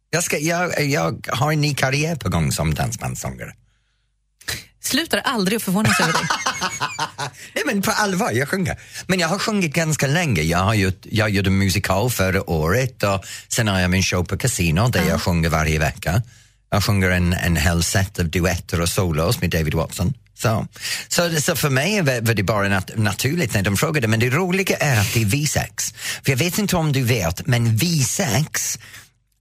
[SPEAKER 2] Jag, ska, jag, jag har en ny karriär på gång som dansbandssångare.
[SPEAKER 3] slutar aldrig att förvånas över dig.
[SPEAKER 2] Nej men på allvar, jag sjunger. Men jag har sjungit ganska länge. Jag, har gjort, jag gjorde en musikal förra året och sen har jag min show på Casino där jag sjunger varje vecka. Jag sjunger en, en hel set av duetter och solos med David Watson. Så, så, så för mig var var det bara nat- naturligt när de frågade. Men det roliga är att det är V6. För jag vet inte om du vet, men V6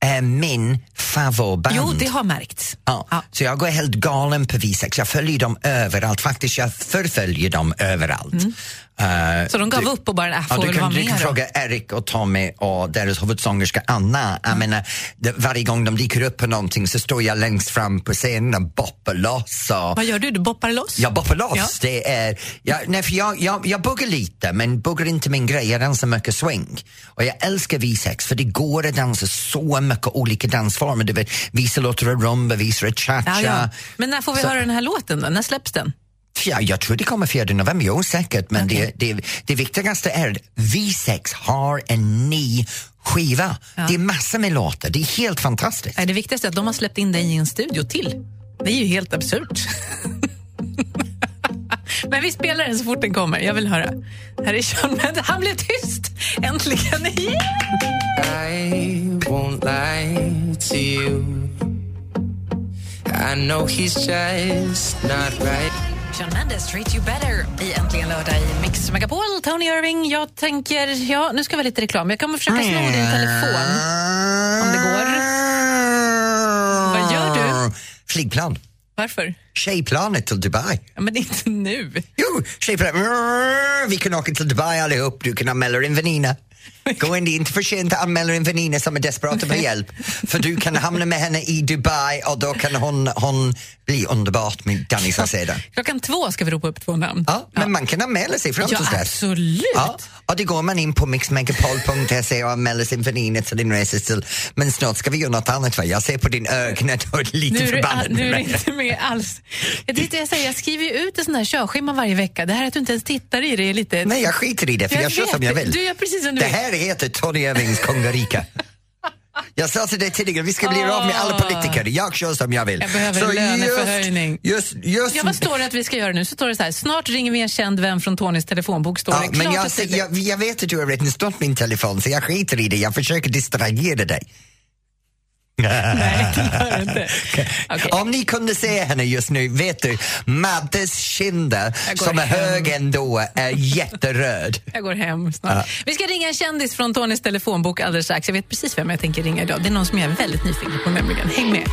[SPEAKER 2] är min favoritband.
[SPEAKER 3] Jo, det har märkts.
[SPEAKER 2] Ja.
[SPEAKER 3] Ja.
[SPEAKER 2] Så jag går helt galen på Visex. Jag följer dem överallt. Faktiskt, jag förföljer dem överallt. Eh,
[SPEAKER 3] Mm. Så de gav upp och bara, äh,
[SPEAKER 2] Ja,
[SPEAKER 3] får
[SPEAKER 2] du
[SPEAKER 3] väl vara
[SPEAKER 2] kan, du
[SPEAKER 3] med
[SPEAKER 2] kan
[SPEAKER 3] då.
[SPEAKER 2] fråga Erik och Tommy och deras huvudsångerska Anna. Jag
[SPEAKER 3] Mm.
[SPEAKER 2] menar, det, varje gång de dyker upp på någonting så står jag längst fram på scenen och boppar loss. Och,
[SPEAKER 3] Vad gör du? Du boppar loss?
[SPEAKER 2] jag boppar loss.
[SPEAKER 3] Ja.
[SPEAKER 2] Det är, jag, nej, för jag, jag, jag buggar lite, men buggar inte min grej. Jag dansar mycket swing. Och jag älskar V6 för det går att dansa så mycket olika dansformer. Du vet, vissa låter det rumba, vissa är
[SPEAKER 3] Ja,
[SPEAKER 2] cha-cha.
[SPEAKER 3] ja. Men när får vi höra den här låten då? När släpps den?
[SPEAKER 2] Ja, jag tror det kommer 4 november, jo säkert. Men det, det, det viktigaste är att V6 har en ny skiva. Det är massor med låtar, det är helt fantastiskt.
[SPEAKER 3] Nej, det viktigaste är att de har släppt in dig i en studio till. Det är ju helt absurt. Men vi spelar den så fort den kommer. Jag vill höra. Här är Sean Mendes. Han blev tyst! Äntligen igen!
[SPEAKER 9] I won't lie to you. I know he's just not right.
[SPEAKER 3] Sean Mendes, Treat You Better i Äntligen lördag i Mix Megapol. Tony Irving, jag tänker... Ja, nu ska vi ha lite reklam. Jag kommer försöka sno din telefon. om det går. Vad gör du?
[SPEAKER 2] Flygplan.
[SPEAKER 3] Varför?
[SPEAKER 2] Tjejplanet till Dubai.
[SPEAKER 3] Ja, men inte nu.
[SPEAKER 2] Jo, tjejplanet. Vi kan åka till Dubai allihop. Du kan anmäla din väninna. Gå in, det är inte för sent att anmäla en väninna som är desperat på hjälp. För du kan hamna med henne i Dubai och då kan hon, hon bli underbart med Danny Saucedo.
[SPEAKER 3] Klockan två ska vi ropa upp två namn.
[SPEAKER 2] Ja, men man kan anmäla sig fram
[SPEAKER 3] Ja,
[SPEAKER 2] till dess.
[SPEAKER 3] absolut.
[SPEAKER 2] Ja, och det går man in på mixmegapol.se och anmäler sin väninna till din resa till. Men snart ska vi göra något annat va? Jag ser på din ögon att du är
[SPEAKER 3] Nu
[SPEAKER 2] lite
[SPEAKER 3] är, du,
[SPEAKER 2] förbannad.
[SPEAKER 3] nu är du
[SPEAKER 2] med mig.
[SPEAKER 3] inte med alls. Jag, tänkte, jag, säger, jag skriver ju ut ett sånt här körschema varje vecka. Det här att du inte ens tittar i det är lite...
[SPEAKER 2] Nej, jag skiter i det för jag, kör
[SPEAKER 3] vet.
[SPEAKER 2] som jag vill.
[SPEAKER 3] Du gör precis som du
[SPEAKER 2] Det
[SPEAKER 3] vill.
[SPEAKER 2] här heter Tony Irvings Kongarika. Jag sa till dig tidigare, vi ska bli av med alla politiker. Jag kör som jag vill.
[SPEAKER 3] Ah. Jag behöver
[SPEAKER 2] Så
[SPEAKER 3] löneförhöjning.
[SPEAKER 2] Just, just, just,
[SPEAKER 3] Ja, vad står det att vi ska göra nu? Så står det så här, snart ringer vi en känd vän från Tonys telefonbok. Står
[SPEAKER 2] Ja,
[SPEAKER 3] det.
[SPEAKER 2] men
[SPEAKER 3] Klart
[SPEAKER 2] jag,
[SPEAKER 3] att det-
[SPEAKER 2] jag, jag vet att du har redan stått min telefon så jag skiter i det. Jag försöker distrahera dig.
[SPEAKER 3] Nej, det gör det inte. Okej.
[SPEAKER 2] Om ni kunde se henne just nu, vet du, Maddes kinder
[SPEAKER 3] Jag går
[SPEAKER 2] som är
[SPEAKER 3] hem.
[SPEAKER 2] hög ändå är jätteröd.
[SPEAKER 3] Jag går hem snart. Vi ska ringa en kändis från Tonys telefonbok alldeles strax. Jag vet precis vem jag tänker ringa idag. Det är någon som jag är väldigt nyfiken på nämligen. Häng med.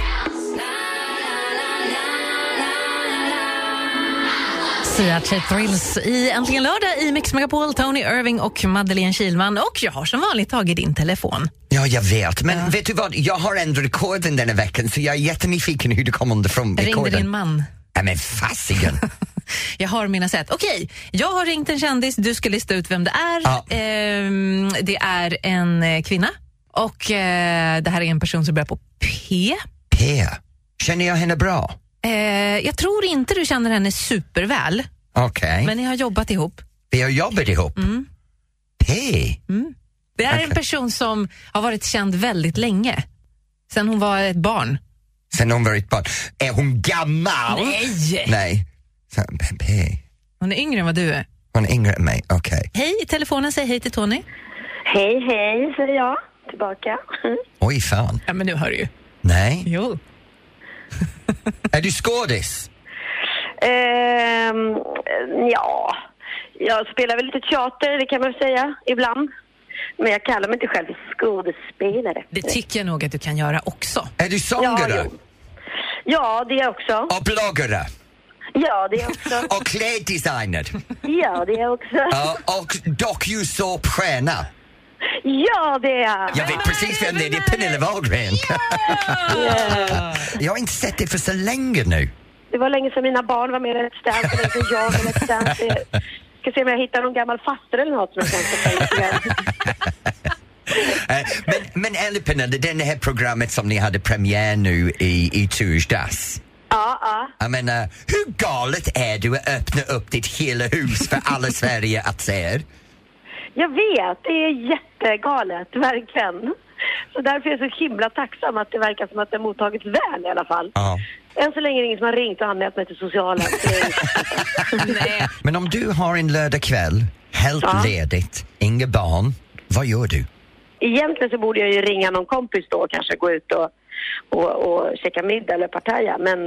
[SPEAKER 3] Sia Cheap Thrills i Äntligen lördag i Mix Megapol, Tony Irving och Madeleine Kilman. Och jag har som vanligt tagit din telefon.
[SPEAKER 2] Ja, jag vet. Men vet du vad? Jag har ändå rekorden denna veckan så jag är jättenyfiken hur du kom underifrån
[SPEAKER 3] Ringde
[SPEAKER 2] rekorden.
[SPEAKER 3] din man?
[SPEAKER 2] Nej, men fasiken!
[SPEAKER 3] Jag har mina sätt. Okej, jag har ringt en kändis, du ska lista ut vem det är.
[SPEAKER 2] Ja.
[SPEAKER 3] Ehm, det är en eh, kvinna och eh, det här är en person som börjar på P.
[SPEAKER 2] P. Känner jag henne bra?
[SPEAKER 3] Eh, jag tror inte du känner henne superväl,
[SPEAKER 2] Okej.
[SPEAKER 3] men Mm. ni har jobbat ihop.
[SPEAKER 2] Vi har jobbat ihop. P.
[SPEAKER 3] Det är en
[SPEAKER 2] Okej.
[SPEAKER 3] person som har varit känd väldigt länge, sen hon var ett barn.
[SPEAKER 2] Sen hon var ett barn. Är hon gammal?
[SPEAKER 3] Nej!
[SPEAKER 2] Nej. Så, P- P.
[SPEAKER 3] Hon är yngre än vad du är.
[SPEAKER 2] Hon är yngre än mig. Okej.
[SPEAKER 3] Hej, i telefonen, säg hej till Tony.
[SPEAKER 5] Hej, hej, säger jag tillbaka.
[SPEAKER 2] Oj, fan.
[SPEAKER 3] Ja, men nu hör du ju.
[SPEAKER 2] Nej.
[SPEAKER 3] Jo.
[SPEAKER 2] Är du skådis?
[SPEAKER 5] Ehm, ja, jag spelar väl lite teater, det kan man väl säga, ibland. Men jag kallar mig inte själv för skådespelare.
[SPEAKER 3] Det tycker jag nog att du kan göra också.
[SPEAKER 2] Är du sångare?
[SPEAKER 5] jo. Ja, det är jag också.
[SPEAKER 2] och bloggare?
[SPEAKER 5] Ja, det är jag också.
[SPEAKER 2] Och kläddesigner?
[SPEAKER 5] Ja, det är jag också.
[SPEAKER 2] Ja, och dokusåpstjärna?
[SPEAKER 5] Ja, det är jag.
[SPEAKER 2] Jag vet precis vem det är, det är Pernilla Wahlgren. Jag har inte sett det för så länge nu.
[SPEAKER 5] Det var länge sedan mina barn var med i Let's Dance, det var länge sedan jag var med i Let's Dance. Jag Ska se om jag hittar någon gammal faster eller något som jag kan få
[SPEAKER 2] Eh, Men, men ärligt Pernilla, det här programmet som ni hade premiär nu i, i torsdags.
[SPEAKER 5] Ja, ja.
[SPEAKER 2] Jag menar, hur galet är du att öppna upp ditt hela hus för alla Sverige att se er?
[SPEAKER 5] Jag vet, det är jättegalet, verkligen. Så därför är jag så himla tacksam att det verkar som att det mottagits väl i alla fall.
[SPEAKER 2] Ja.
[SPEAKER 5] Än så länge är det ingen som har ringt och anmält mig till socialen. Så det är-
[SPEAKER 3] Nej.
[SPEAKER 2] Men om du har en lördagkväll, helt
[SPEAKER 5] Ja.
[SPEAKER 2] ledigt, inga barn, vad gör du?
[SPEAKER 5] Egentligen så borde jag ju ringa någon kompis då och kanske gå ut och, och, och käka middag eller partaja. Men,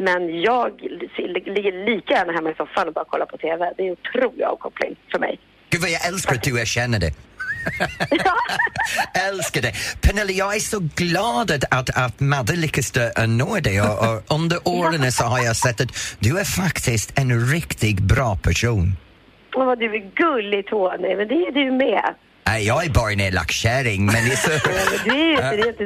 [SPEAKER 5] men jag li- ligger lika gärna hemma i soffan och bara kollar på TV. Det är en otrolig avkoppling för mig.
[SPEAKER 2] Gud vad jag älskar att du erkänner det. älskar det. Pernilla, jag är så glad att, att, att Madde lyckas eh, nå dig och, och under åren så har jag sett att du är faktiskt en riktigt bra person.
[SPEAKER 5] Åh, vad du är gullig Tony, men det är du med.
[SPEAKER 2] Nej, jag är bara en elak kärring men det är så...
[SPEAKER 5] Men Du är, ju inte, det är inte,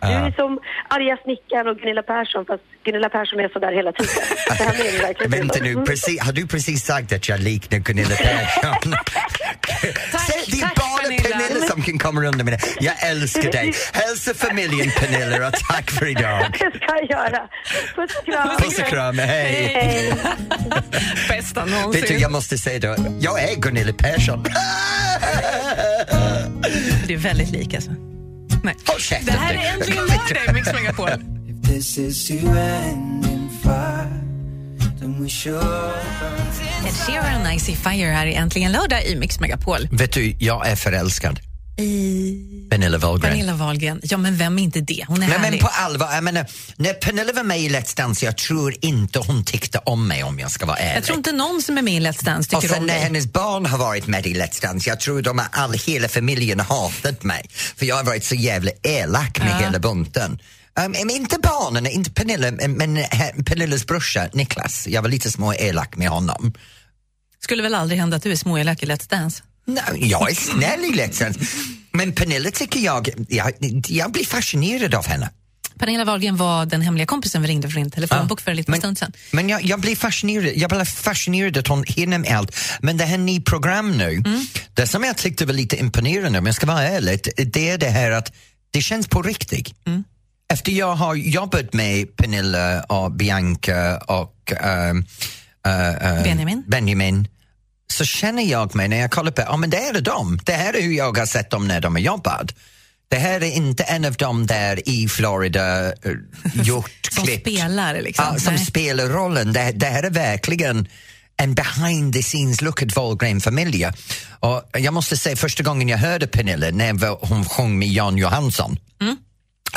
[SPEAKER 5] du är som arga snickaren och Gunilla Persson fast Gunilla Persson är sådär hela tiden. Det här är det verkligen
[SPEAKER 2] Vänta nu,
[SPEAKER 5] Mm.
[SPEAKER 2] precis, har du precis sagt att jag liknar Gunilla Persson?
[SPEAKER 3] Tack,
[SPEAKER 2] Se, det är
[SPEAKER 3] tack,
[SPEAKER 2] bara
[SPEAKER 3] Pernilla.
[SPEAKER 2] Pernilla som kan komma runt med det. Jag älskar dig. Hälsa familjen Pernilla och tack för idag.
[SPEAKER 5] Det ska jag göra. Puss och kram.
[SPEAKER 2] Puss och kram, hej!
[SPEAKER 5] Hej.
[SPEAKER 3] Bästa någonsin.
[SPEAKER 2] Vet du, jag måste säga då, jag är Gunilla Persson. Ah,
[SPEAKER 3] Du är väldigt lik alltså. Nej.
[SPEAKER 2] Håll käften!
[SPEAKER 3] Det här är Äntligen lördag i Mix Megapol.
[SPEAKER 9] This is to end in fire, then we should.
[SPEAKER 3] Ed Sheeran, Icy Fire här i Äntligen lördag i Mix Megapol.
[SPEAKER 2] Vet du, jag är förälskad. I? Pernilla Wahlgren.
[SPEAKER 3] Pernilla Wahlgren, ja men vem är inte det? Hon är
[SPEAKER 2] Nej men
[SPEAKER 3] härlig.
[SPEAKER 2] på allvar, jag menar, när Pernilla var med i Let's Dance, jag tror inte hon tyckte om mig om jag ska vara ärlig.
[SPEAKER 3] Jag tror inte någon som är med i Let's Dance
[SPEAKER 2] och
[SPEAKER 3] tycker
[SPEAKER 2] sen
[SPEAKER 3] om
[SPEAKER 2] när
[SPEAKER 3] dig.
[SPEAKER 2] hennes barn har varit med i Let's Dance, jag tror de har all, hela familjen hatat mig. För jag har varit så jävla elak med hela bunten. Um, men inte barnen, inte Pernilla, men- men he- Pernillas brorsa Niklas. Jag var lite små elak med honom.
[SPEAKER 3] Skulle väl aldrig hända att du är småelak i Let's Dance?
[SPEAKER 2] Nej, jag är snäll i Let's Dance. Men Pernilla tycker jag, jag, jag blir fascinerad av henne.
[SPEAKER 3] Pernilla Wahlgren var den hemliga kompisen vi ringde från din telefonbok för en liten stund sedan.
[SPEAKER 2] Ah, Men jag, jag blir fascinerad, jag blir fascinerad att hon hinner med allt. Men det här nya program nu,
[SPEAKER 3] Mm.
[SPEAKER 2] det som jag tyckte var lite imponerande om jag ska vara ärlig, det är det här att det känns på riktigt.
[SPEAKER 3] Mm.
[SPEAKER 2] Efter jag har jobbat med Pernilla och Bianca och ehm, eh, eh,
[SPEAKER 3] Benjamin?
[SPEAKER 2] Benjamin så känner jag mig när jag kollar på, ja men det här är de, det här är hur jag har sett dem när de har jobbat. Det här är inte en av dem där i Florida, eh, gjort,
[SPEAKER 3] Som
[SPEAKER 2] klippt.
[SPEAKER 3] spelar liksom.
[SPEAKER 2] Ja, som
[SPEAKER 3] Nej.
[SPEAKER 2] spelar rollen. Det, det här är verkligen en behind the scenes look at Wahlgren familj. Och jag måste säga första gången jag hörde Pernilla när hon sjöng med Jan Johansson.
[SPEAKER 3] Mm.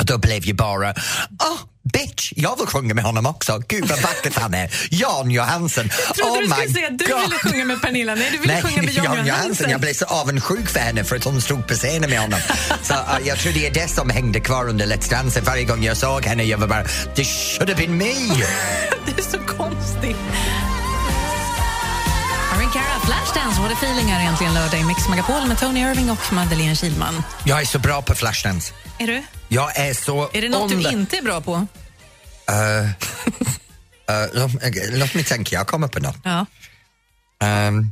[SPEAKER 2] Och då blev jag bara, oh, bitch, jag vill sjunga med honom också. Gud vad vackert han är. Jan Johansson.
[SPEAKER 3] Jag trodde
[SPEAKER 2] oh
[SPEAKER 3] du skulle
[SPEAKER 2] my
[SPEAKER 3] säga att du
[SPEAKER 2] God.
[SPEAKER 3] ville sjunga med Pernilla. Nej, du ville sjunga med John Johansson.
[SPEAKER 2] Jag blev så avundsjuk för henne för att hon stod på scenen med honom. så eh, jag tror det är det som hängde kvar under Let's Dance. Varje gång jag såg henne jag var bara, det should have been me.
[SPEAKER 3] Det är så konstigt. Flashdance, What a feeling är egentligen lördag i Mix Megapol med Tony Irving och Madeleine Kilman.
[SPEAKER 2] Jag är så bra på Flashdance.
[SPEAKER 3] Är du?
[SPEAKER 2] Jag är så...
[SPEAKER 3] Är det något
[SPEAKER 2] ond-
[SPEAKER 3] du inte är bra på?
[SPEAKER 2] Eh, låt, låt mig tänka, jag kommer på något.
[SPEAKER 3] Ja.
[SPEAKER 2] Ehm,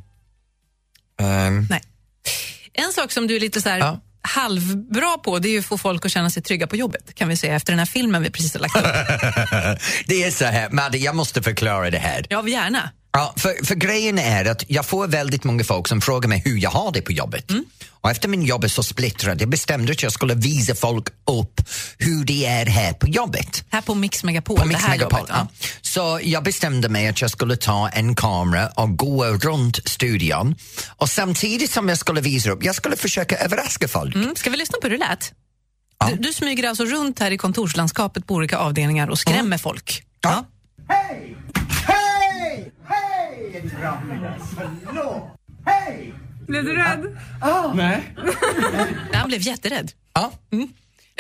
[SPEAKER 2] ehm,
[SPEAKER 3] Nej. En sak som du är lite så här
[SPEAKER 2] Ja.
[SPEAKER 3] halvbra på det är ju att få folk att känna sig trygga på jobbet kan vi säga efter den här filmen vi precis har lagt upp.
[SPEAKER 2] det är så här, Madde, jag måste förklara det här.
[SPEAKER 3] Ja, gärna.
[SPEAKER 2] Ja, för, för grejen är att jag får väldigt många folk som frågar mig hur jag har det på jobbet.
[SPEAKER 3] Mm.
[SPEAKER 2] Och efter min jobb är så splittrad, jag bestämde att jag skulle visa folk upp hur det är här på jobbet.
[SPEAKER 3] Här på Mix Megapol.
[SPEAKER 2] På
[SPEAKER 3] det
[SPEAKER 2] Mix
[SPEAKER 3] här
[SPEAKER 2] Megapol.
[SPEAKER 3] jobbet,
[SPEAKER 2] ja.
[SPEAKER 3] ja.
[SPEAKER 2] Så jag bestämde mig att jag skulle ta en kamera och gå runt studion och samtidigt som jag skulle visa upp, jag skulle försöka överraska folk.
[SPEAKER 3] Mm. Ska vi lyssna på hur det lät? Du, du smyger alltså runt här i kontorslandskapet på olika avdelningar och skrämmer folk.
[SPEAKER 2] Ja.
[SPEAKER 9] Hej! Hej! Hej! Ramlas, hallå! Hej!
[SPEAKER 3] Han blev jätterädd.
[SPEAKER 2] Ja.
[SPEAKER 3] Mm.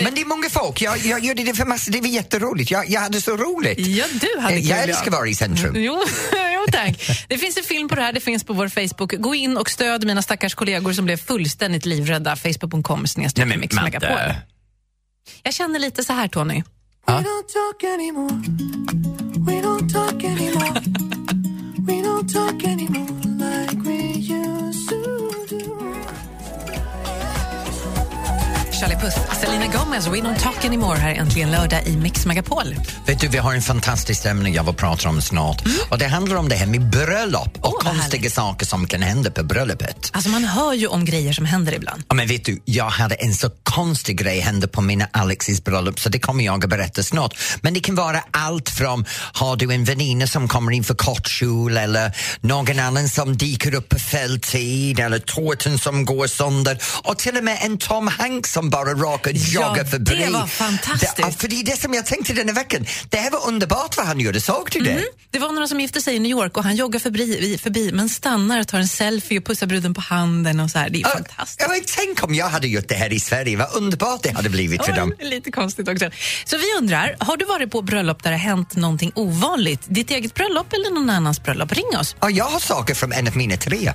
[SPEAKER 2] Men det är många folk, jag, jag gjorde det för massor, det var jätteroligt. Jag, jag hade så roligt.
[SPEAKER 3] Ja, du hade kul.
[SPEAKER 2] jag
[SPEAKER 3] ja. Mm.
[SPEAKER 2] älskar att vara i centrum.
[SPEAKER 3] Jo, jo, tack. Det finns en film på det här, det finns på vår Facebook. Gå in och stöd mina stackars kollegor som blev fullständigt livrädda. Facebook.com
[SPEAKER 2] Nej,
[SPEAKER 3] snedstreck
[SPEAKER 2] men
[SPEAKER 3] Mix
[SPEAKER 2] Madde.
[SPEAKER 3] Megapol. Jag känner lite så här, Tony.
[SPEAKER 2] Ja.
[SPEAKER 9] don't talk anymore. We don't talk anymore. We don't talk anymore like we used to do.
[SPEAKER 3] Charlie Puth, Selena Gomez, We Don't Talk Anymore här äntligen lördag i Mix Megapol.
[SPEAKER 2] Vet du, vi har en fantastisk ämne jag vill prata om snart. Och Det handlar om det här med bröllop och
[SPEAKER 3] Mm. vad
[SPEAKER 2] konstiga
[SPEAKER 3] härligt.
[SPEAKER 2] saker som kan hända på bröllopet.
[SPEAKER 3] Alltså man hör ju om grejer som händer ibland.
[SPEAKER 2] Ja, men vet du, jag hade en så konstig grej hända på mina Alexis bröllop så det kommer jag att berätta snart. Men det kan vara allt från har du en väninna som kommer in för kort kjol eller någon annan som dyker upp på feltid eller tårtan som går sönder och till och med en Tom Hanks som bara råkar jogga
[SPEAKER 3] det
[SPEAKER 2] förbi.
[SPEAKER 3] var fantastiskt.
[SPEAKER 2] Det, ja, för det är det som jag tänkte den här veckan. Det här var underbart vad han gjorde, såg du det?
[SPEAKER 3] Det var några som gifte sig i New York och han joggar förbi, förbi men stannar och tar en selfie och pussar bruden på handen och så här. Det är
[SPEAKER 2] Ja,
[SPEAKER 3] fantastiskt.
[SPEAKER 2] Ja, men tänk om jag hade gjort det här i Sverige, vad underbart det hade blivit för
[SPEAKER 3] Ja,
[SPEAKER 2] dem.
[SPEAKER 3] det är lite konstigt också. Så vi undrar, har du varit på bröllop där det har hänt någonting ovanligt? Ditt eget bröllop eller någon annans bröllop? Ring oss.
[SPEAKER 2] Ja, jag har saker från en av mina tre.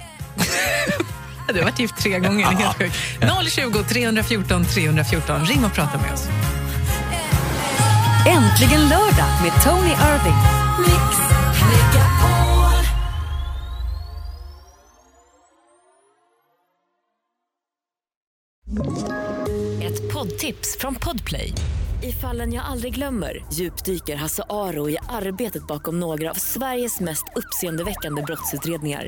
[SPEAKER 3] Du har varit gift tre gånger, det är helt sjukt. 020 314 314, ring och prata med oss.
[SPEAKER 10] Äntligen lördag med Tony Irving.
[SPEAKER 7] Mix Megapol.
[SPEAKER 10] Ett poddtips från Podplay. I fallen jag aldrig glömmer djupdyker Hasse Aro i arbetet bakom några av Sveriges mest uppseendeväckande brottsutredningar.